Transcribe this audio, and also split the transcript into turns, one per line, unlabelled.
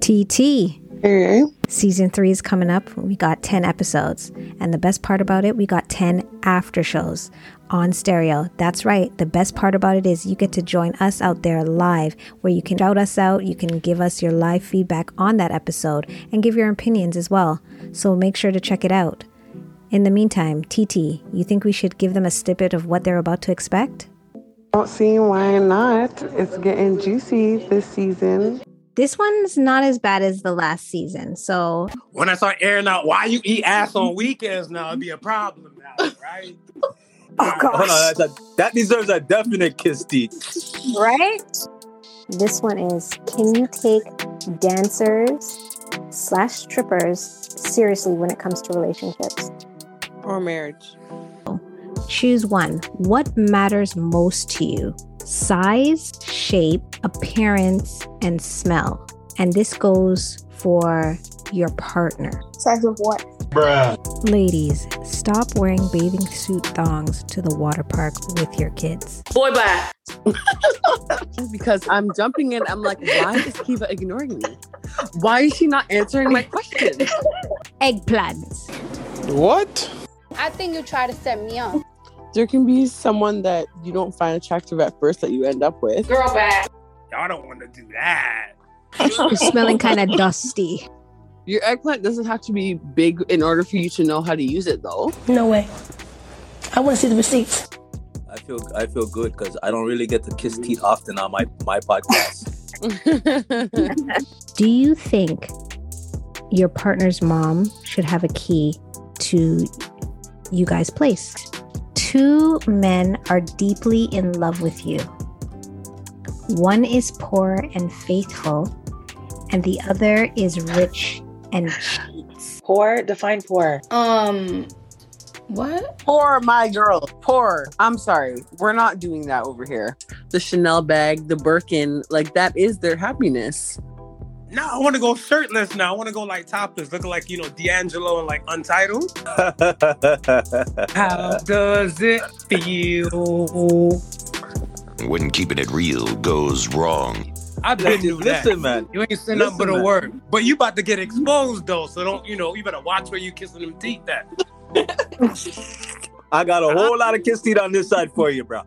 TT.
hmm
Season three is coming up. We got 10 episodes. And the best part about it, we got 10 after shows on stereo. That's right. The best part about it is you get to join us out there live where you can shout us out. You can give us your live feedback on that episode and give your opinions as well. So make sure to check it out. In the meantime, TT, you think we should give them a snippet of what they're about to expect?
Don't see why not. It's getting juicy this season.
This one's not as bad as the last season. So
When I start airing out why you eat ass on weekends now, it'd be a problem now, right?
Oh
Hold on, that's a, that deserves a definite kiss, D.
Right?
This one is Can you take dancers slash strippers seriously when it comes to relationships?
Or marriage.
Choose one. What matters most to you? Size, shape, appearance, and smell. And this goes for your partner.
Size of what?
Ladies, stop wearing bathing suit thongs to the water park with your kids.
Boy, bye.
because I'm jumping in. I'm like, why is Kiva ignoring me? Why is she not answering my question?
Eggplants.
What?
I think you try to set me up.
There can be someone that you don't find attractive at first that you end up with.
Girl, bye.
Y'all don't want to do that.
You're smelling kind of dusty.
Your eggplant doesn't have to be big in order for you to know how to use it, though.
No way. I want to see the receipts.
I feel I feel good because I don't really get to kiss teeth often on my my podcast.
Do you think your partner's mom should have a key to you guys' place? Two men are deeply in love with you. One is poor and faithful, and the other is rich and cheats.
Poor, define poor.
Um, what?
Poor my girl. Poor. I'm sorry. We're not doing that over here. The Chanel bag, the Birkin, like that is their happiness.
No, I want to go shirtless now. I want to go like topless, looking like you know D'Angelo and like Untitled. How does it feel?
When keeping it real goes wrong.
I've been
listen,
through that.
listen, man.
You ain't saying nothing but
Listen,
a
man.
word. But you about to get exposed though, so don't you know? You better watch where you kissing them teeth. That
I got a whole lot of kiss teeth on this side for you, bro.